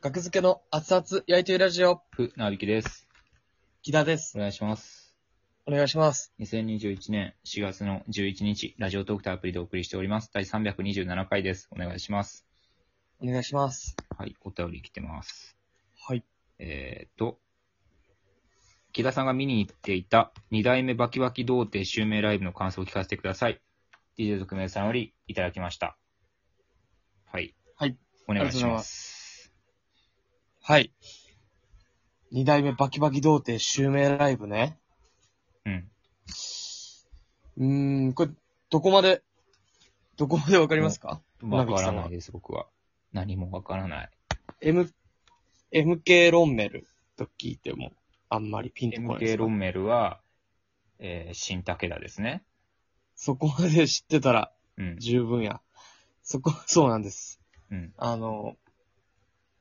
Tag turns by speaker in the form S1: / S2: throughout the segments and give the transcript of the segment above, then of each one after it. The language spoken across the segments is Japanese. S1: 学付けの熱々焼いてるラジオ、
S2: ふ、なびきです。
S1: 木田です。
S2: お願いします。
S1: お願いします。
S2: 2021年4月の11日、ラジオトークとアプリでお送りしております。第327回です。お願いします。
S1: お願いします。
S2: はい、お便り来てます。
S1: はい。
S2: えーと、木田さんが見に行っていた二代目バキバキ童貞襲名ライブの感想を聞かせてください。DJ 特命さんよりいただきました。はい。
S1: はい。
S2: お
S1: ありが
S2: 願いし
S1: とうござい
S2: ま。
S1: ますはい。二代目バキバキ童貞襲名ライブね。
S2: うん。
S1: うーん、これ、どこまで、どこまでわかりますかな
S2: わか
S1: びきさ
S2: ら
S1: んは
S2: ないです、僕は。何もわからない。
S1: ?M、MK ロンメルと聞いても、あんまりピンとこないです
S2: MK
S1: か
S2: ロンメルは、えー、新武田ですね。
S1: そこまで知ってたら
S2: うん。
S1: 十分や。そこ、そうなんです。
S2: うん。
S1: あの、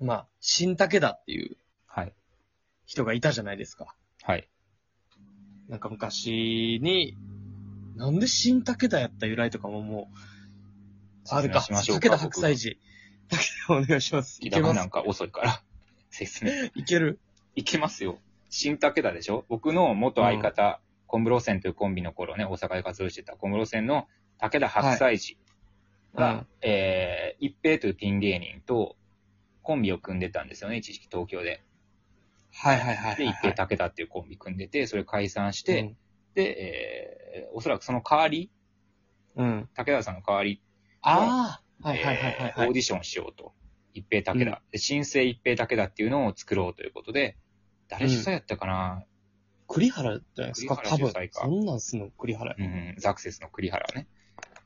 S1: まあ、新竹田っていう
S2: はい。
S1: 人がいたじゃないですか。
S2: はい。
S1: なんか昔に、なんで新武田やった由来とかももう、あるか、
S2: 説明しましょ
S1: 武
S2: うか
S1: 田白菜寺。武田お願いします。い
S2: い
S1: け
S2: け
S1: ま
S2: な
S1: す
S2: ん。か遅いから。説明。
S1: いける。
S2: いけますよ。新武田でしょ僕の元相方、コンブロセンというコンビの頃ね、大阪で活動してたコンブロセンの武田白菜寺が、
S1: はいうん
S2: えー、一平というピン芸人とコンビを組んでたんですよね、一時期東京で。
S1: はいはいはいはい
S2: で、
S1: は
S2: 一平
S1: い。
S2: 武田っていうコンビ組んでて、それ解散して、で、えー、おそらくその代わり、
S1: うん、うん。
S2: 武田さんの代わり
S1: ああ、はいはいはい
S2: え
S1: は
S2: ー
S1: い
S2: オー
S1: はい。
S2: ディションしようと。一平武田。
S1: うん
S2: で新生一平武田っていうのを作ろうということで、誰主催やったかな、
S1: 栗原じゃないですか、
S2: 栗
S1: 多
S2: 原
S1: 分
S2: 主催。か
S1: そんなんすんの、栗原。
S2: うん、ザクセスの栗原ね。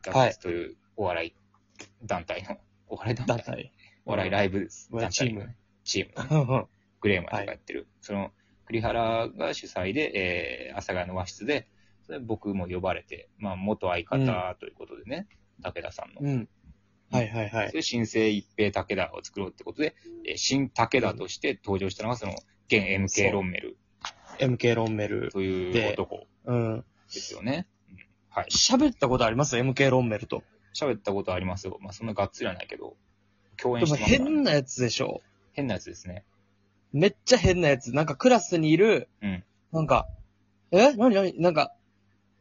S2: ザク
S1: はい
S2: セスというお笑い団体の、お笑い団
S1: 団
S2: 体
S1: 体。
S2: お笑いライブ
S1: お笑
S2: 団
S1: いチー
S2: 体
S1: ム
S2: のね、チーム。
S1: うん
S2: グレーマーとかやってる。その、栗原が主催で、えー、阿佐ヶ谷の和室で、それ僕も呼ばれて、まあ、元相方ということでね、武田さんの。
S1: うん。はいはいは
S2: そ
S1: い。
S2: れで新生一平武田を作ろうってことで、えー新武田として登場したのが、その、現
S1: そう
S2: MK ロンメル
S1: MK ロンメル。
S2: という
S1: で
S2: 男
S1: うん。
S2: ですよね。うんはい。
S1: 喋ったことあります ?MK ロンメルと。
S2: 喋ったことありますよ。まあ、そんながっつりはないけど、共
S1: で
S2: 演し
S1: も
S2: てますから、
S1: 変
S2: ね、
S1: なやつでしょ。
S2: 変なやつですね。
S1: めっちゃ変なやつ。なんかクラスにいる、
S2: うん
S1: なんか、えなになになんか、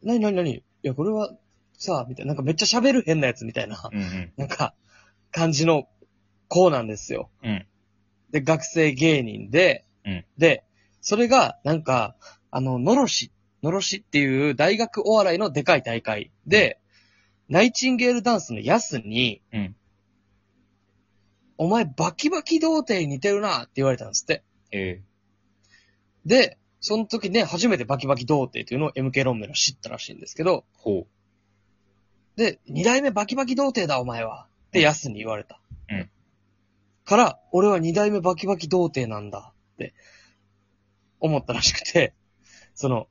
S1: なになになにいや、これは、さあ、みたいな。なんかめっちゃ喋る変なやつみたいな、
S2: うんうん。
S1: なんか、感じの子なんですよ。
S2: うん
S1: で、学生芸人で、
S2: うん
S1: で、それが、なんか、あの、のろし、のろしっていう大学お笑いのでかい大会で、ナイチンゲールダンスのヤスに、
S2: うん
S1: お前バキバキ童貞に似てるなって言われたんですって。
S2: え
S1: で、その時ね、初めてバキバキ童貞というのを MK ロンメルは知ったらしいんですけど、
S2: ー、ほ
S1: で、二代目バキバキ童貞だお前は、ってヤスに言われた。
S2: うん
S1: から、俺は二代目バキバキ童貞なんだって、思ったらしくて、その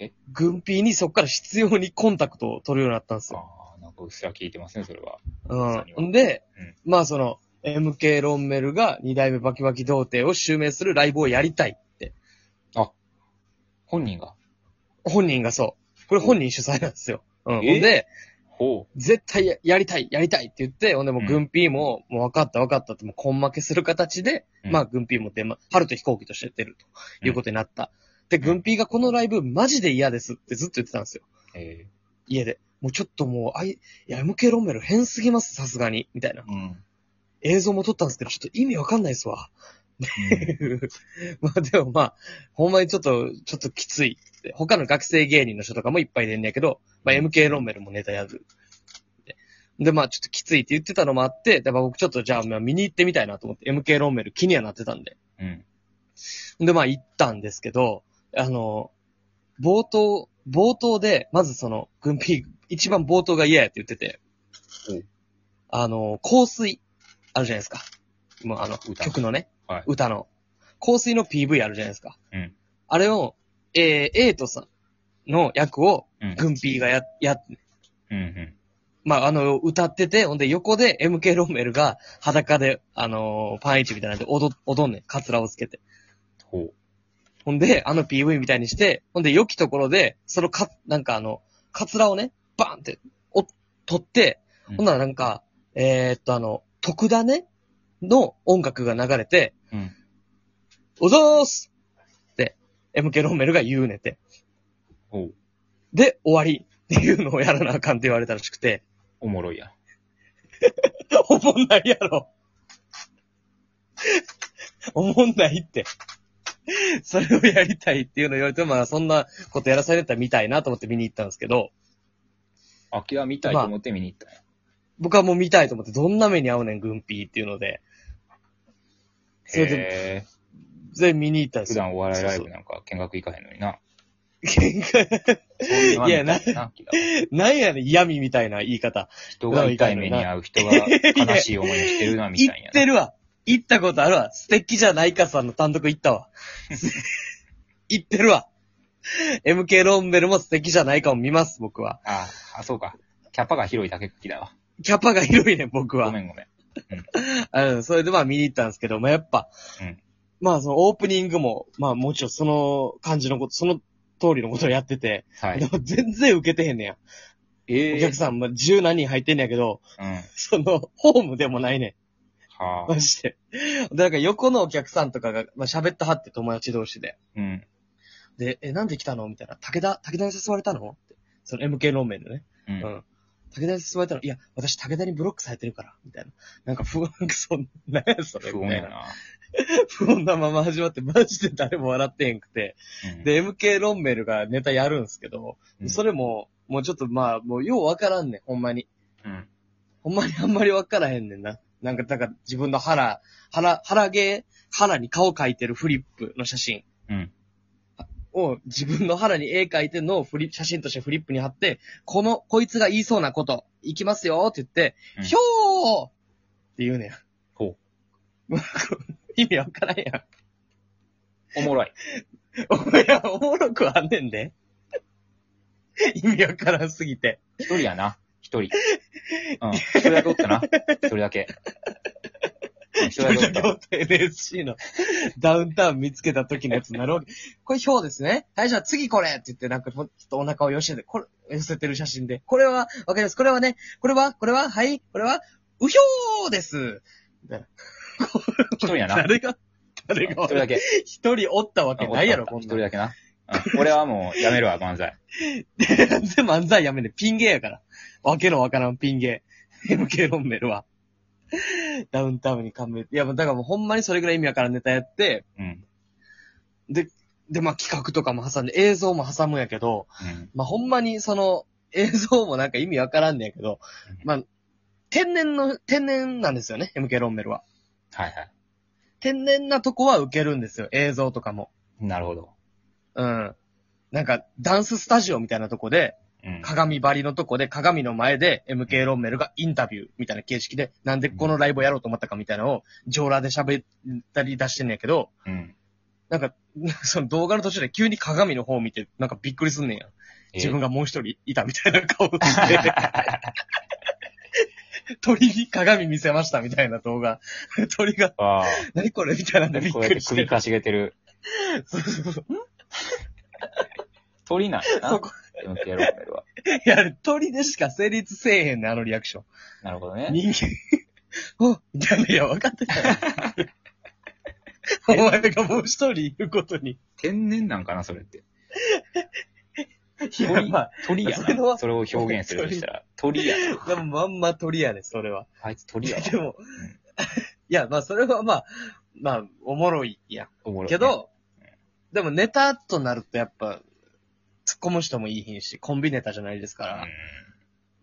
S2: え、
S1: 軍ピーにそっから必要にコンタクトを取るようになったんです
S2: う。
S1: よ。
S2: ああ、なんかうっすら聞いてますね、それは。さには
S1: うん。んで、まあその、MK ロンメルが二代目バキバキ童貞を襲名するライブをやりたいって、
S2: 本人が。
S1: 本人がそう。これ本人主催なんですよ。うん。ほん
S2: え
S1: で、
S2: ほ
S1: 絶対ややりたい、やりたいって言って、ほんでもううん軍 P も、もう分かった分かったって、もう根負けする形で、
S2: うん
S1: まあ軍 P も出ま、春と飛行機として出るということになった。で、軍 P がこのライブマジで嫌ですってずっと言ってたんですよ。
S2: う。え
S1: 家で。もうちょっともう、あい、いや、MK ロンメル変すぎます、さすがに。みたいな
S2: ー、。うん。
S1: 映像も撮ったんですけど、ちょっと意味わかんないですわ。
S2: うん
S1: まあでもまあ、ほんまにちょっと、ちょっときついって。他の学生芸人の人とかもいっぱい出んねやけど、まあ MK ロンメルもネタやるって。で、まあちょっときついって言ってたのもあって、だから僕ちょっとじゃあまあ見に行ってみたいなと思って、MK ロンメル気にはなってたんで。
S2: うん。
S1: で、まあ行ったんですけど、あの、冒頭、冒頭で、まずその、軍ピー、一番冒頭が嫌やって言ってて
S2: うん、
S1: あの、香水、あるじゃないですか。もうあの、
S2: 歌
S1: 曲のね。
S2: はい。
S1: 歌の。香水の PV あるじゃないですか。
S2: うん
S1: あれを、えー、エイトさんの役を、
S2: うん。
S1: グンピーがや、や、
S2: うんうん。
S1: まあ、あの、歌ってて、ほんで横で MK ロンメルが裸で、あのーパンイチみたいなんで踊、踊んねん。カツラをつけて。
S2: ほう。
S1: ほんで、あの PV みたいにして、ほんで良きところで、そのか、なんかあの、カツラをね、バーンって、お、取って、
S2: うん
S1: ほんならなんか、えー、っとあの、特ダネの音楽が流れて、
S2: うん。
S1: おざーすって MK ロンメルが言うねて。
S2: おう
S1: で、終わりっていうのをやらなあかんって言われたらしくて、
S2: おもろいやん。
S1: おもんないやろ。 おもんないって。それをやりたいっていうのを言われて、まあそんなことやらされたら見たいなと思って見に行ったんですけど、
S2: あ、きは見たいと思って見に行ったんや。
S1: 僕はもう見たいと思って、どんな目に合うねん、軍ピーっていうので、それで、
S2: へー
S1: 全然見に行ったんで
S2: 普
S1: すよ。
S2: 段お笑いライブなんか見学行かへんのにな。
S1: 喧嘩
S2: い
S1: いやな
S2: な。木田
S1: なんやねん、嫌味みたいな言い方。
S2: 人が痛い目に遭う、人が悲しい思いをしてるな、み
S1: 行
S2: たい
S1: っ
S2: な
S1: て。るわ。行ったことあるわ。素敵じゃないかさんの単独行った わ。行ってるわ。MK ロンベルも素敵じゃないかも見ます、僕は。
S2: ああ、そうか。キャパが広いだけ木だわ。
S1: キャパが広いね、僕
S2: ご
S1: は。
S2: めんごめん。
S1: うん、それでまあ見に行ったんですけど、まあやっぱ、
S2: うん
S1: まあそのオープニングも、まあもちろんその感じのこと、その通りのことをやってて、
S2: はい
S1: で。も全然受けてへんねや。
S2: え
S1: お客さん、まあ、十何人入ってんねやけど、
S2: うん。は
S1: その、ホームでもないねん。
S2: あ
S1: マ。ジで。で、なんか横のお客さんとかが、まあ喋ったはって友達同士で。
S2: うん。
S1: で、え、なんで来たのみたいな。武田、武田に誘われたのって。その MK 論面のね。
S2: う。
S1: うんん。武田に誘われたのいや、私武田にブロックされてるから。みたいな。なんか不 安、そんな、なんやそれ。
S2: 不
S1: み
S2: 穏
S1: たい
S2: や
S1: な。
S2: な。
S1: 不穏なまま始まって、マジで誰も笑ってへんくて。
S2: うん、
S1: で、MK ロンメルがネタやるんすけど、
S2: うん
S1: それも、もうちょっとまあ、もうようわからんねん、ほんまに。
S2: うん。
S1: ほんまにあんまりわからへんねんな。なんか、なんか自分の腹、腹、腹毛、腹に顔描いてるフリップの写真
S2: うん。
S1: を自分の腹に絵描いてんのをフリ写真としてフリップに貼って、この、こいつが言いそうなこと、いきますよって言って、
S2: うん
S1: ひょーって言うねん。
S2: ほ
S1: 意味わからんやん。
S2: う。おもろい。
S1: いや、おもろくはあんねんで。意味わからんすぎて。
S2: 一人やな。一人。 うん。一人だけおったな。一人だけ。うん一人だけおったわ。
S1: NSC のダウンタウン見つけた時のやつになるわけ。これ表ですね。はい、じゃあ次これって言って、なんかほんちょっとお腹を寄せて、これ、寄せてる写真で。これは、わかります。これはね、これは、これは、はい、これは、うひょーです。みたいな
S2: 一人やな。
S1: 誰が、誰
S2: 一
S1: が
S2: 人、だけ。
S1: 一人おったわ けないやろ、
S2: おったお
S1: こ
S2: った
S1: んなん。
S2: 一人だけな。うん俺はもうやめるわ、漫才。
S1: なんで漫才やめねんピン芸やから。わけのわからんピン芸。MK ロンメルは。ダウンタウンに感銘。いや、もうだからもうほんまにそれぐらい意味わからんネタやって、
S2: うん。
S1: で、まあ企画とかも挟んで、映像も挟むんやけど、
S2: うん。
S1: まあほんまにその、映像もなんか意味わからんねやけど、まあ、天然の、天然なんですよね、MK ロンメルは。
S2: はいはい。
S1: 天然なとこは受けるんですよ、映像とかも。
S2: なるほど。
S1: うん。なんか、ダンススタジオみたいなとこで、
S2: うん。
S1: 鏡張りのとこで、鏡の前で MK ロンメルがインタビューみたいな形式で、なんでこのライブをやろうと思ったかみたいなのを、上裸で喋ったり出してんねんやけど、
S2: うん。
S1: なんか、その動画の途中で急に鏡の方を見て、なんかびっくりすんねんや。自分
S2: が。
S1: がもう一人いたみたいな顔 して、鳥に鏡見せましたみたいな動画。 鳥が、
S2: ああ。
S1: 何これみたいなんでびっ
S2: こうや
S1: く
S2: っ
S1: り
S2: て
S1: し
S2: 首
S1: て。
S2: かしげてる。
S1: そうそうそう
S2: 鳥なんやな。
S1: そこ、
S2: MK ローベルは。
S1: いや、鳥でしか成立せえへんねん、あのリアクション。
S2: なるほどね。
S1: 人 間、あ、みたいな、いや、分かってたよ。お前がもう一人いることに。
S2: 天然なんかな、それって。
S1: いや、
S2: 鳥
S1: ま
S2: 鳥や
S1: それ
S2: な。
S1: は
S2: それを表現するとしたら。鳥やな。
S1: あ、でもまんま鳥やね、それは。
S2: あいつ鳥やわ
S1: でも、いや、まあ、それはまあ、まあ、おもろいやん。
S2: おもろいね
S1: け、ど、でもネタとなるとやっぱ、突っ込む人もいいひんし、コンビネタじゃないですか
S2: う
S1: ら、
S2: ん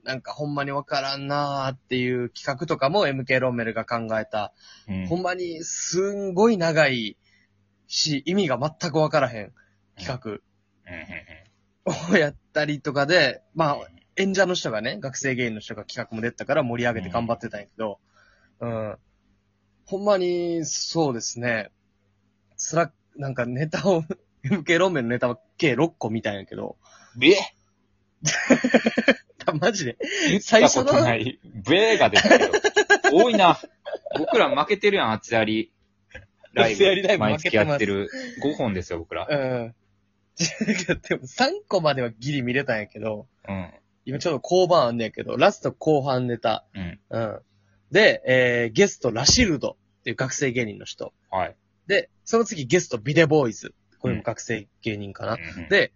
S1: なんかほんまにわからんなーっていう企画とかも MK ロンメルが考えた、
S2: うん
S1: ほんまにすんごい長いし、意味が全くわからへん企
S2: うんうん
S1: 画をやったりとかで、まあ
S2: うん、
S1: 演者の人がね、学生芸人の人が企画も出てたから盛り上げて頑張ってたんやけど、うん。ほんまに、そうですね。スラなんかネタを、MK ロンメンのネタは計6個見たんやけど、
S2: べ
S1: たマジで。
S2: 言ったことない。べーが出たけど。多いな。僕ら負けてるやん、厚やり。ライ
S1: 厚やりライ
S2: ブ。
S1: ブ
S2: 毎
S1: 負け
S2: 月
S1: てます
S2: やってる。5本ですよ、僕ら。
S1: うん。でも3個まではギリ見れたんやけど、
S2: うん。
S1: 今ちょっと後半あんねんけど、ラスト後半ネタ。
S2: うん。
S1: うん。で、えー、ゲストラシルド。っていう学生芸人の人。
S2: はい。
S1: で、その次ゲスト、ビデボーイズ。これも学生芸人かな。
S2: うん
S1: で、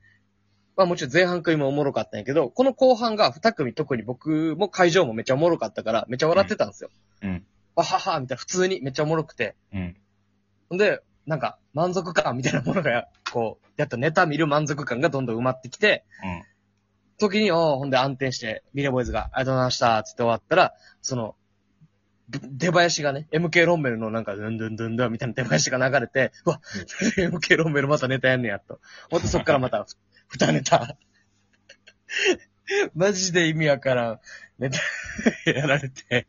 S1: まあもちろん前半組もおもろかったんやけど、この後半が二組特に僕も会場もめっちゃおもろかったから、めっちゃ笑ってたんですよ。
S2: うん。
S1: わははみたいな、普通にめっちゃおもろくて。
S2: うん。
S1: ほんで、なんか満足感みたいなものが、こう、やったネタ見る満足感がどんどん埋まってきて、
S2: うん。
S1: 時に、おうほんで暗転して、ミレボーイズが、ありがとうございました、つって終わったら、その、ぶ出囃子がね、MK ロンメルのなんか、ドゥンドゥンドゥンドゥンみたいな出囃子が流れて、うわ、MK ロンメルまたネタやんねや、と。ほんとそっからまた、ふ二ネタ。 マジで意味わからん。ネタやられて。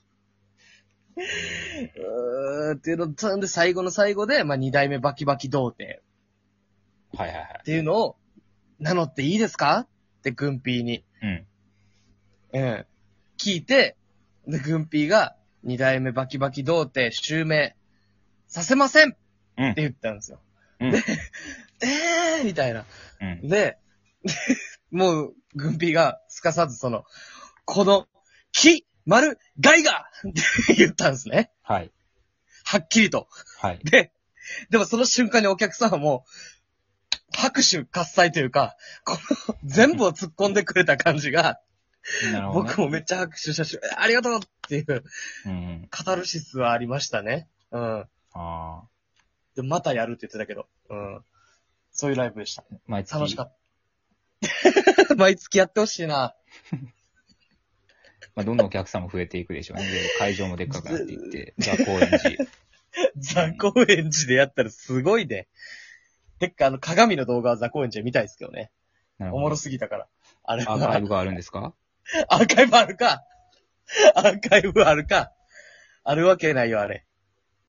S1: うーっていうの、そんで最後の最後で、まあ、二代目バキバキ童貞。
S2: はいはいはい
S1: っ。ていうのを、名乗っていいですかって、グンピーに。
S2: うん。
S1: うん。聞いて、で、グンピーが、二代目バキバキ童貞、襲名、させませんって
S2: うん。
S1: 言ったんですよ。
S2: うん
S1: で、えーみたいな。
S2: うん。
S1: で、 もう、グンピーが、すかさずその、この、木、丸、害がって言ったんですね。
S2: はい。
S1: はっきりと。
S2: はい。
S1: で、でもその瞬間にお客さんはもう、拍手喝采というか、この全部を突っ込んでくれた感じが、
S2: なるほど、ね。
S1: 僕もめっちゃ拍手したし、ありがとうっていう、
S2: うんうん。
S1: カタルシスはありましたね。うん。
S2: あ
S1: で、またやるって言ってたけど、うん。そういうライブでした。
S2: あ。毎月。
S1: 楽しかった。 毎月やってほしいな。
S2: まあ、どんどんお客さんも増えていくでしょうね。で会場もでっかくなってい って、ザ・高円寺。
S1: ザコエンジでやったらすごいね。てっか、あの、鏡の動画はザコエンジで見たいですけどね。
S2: なる
S1: お
S2: ほ
S1: も
S2: ど
S1: ろ。すぎたから。あれは
S2: アーカイブがあるんですか
S1: アーカイブあるか。アーカイブあるか。あるわけないよ、あれ。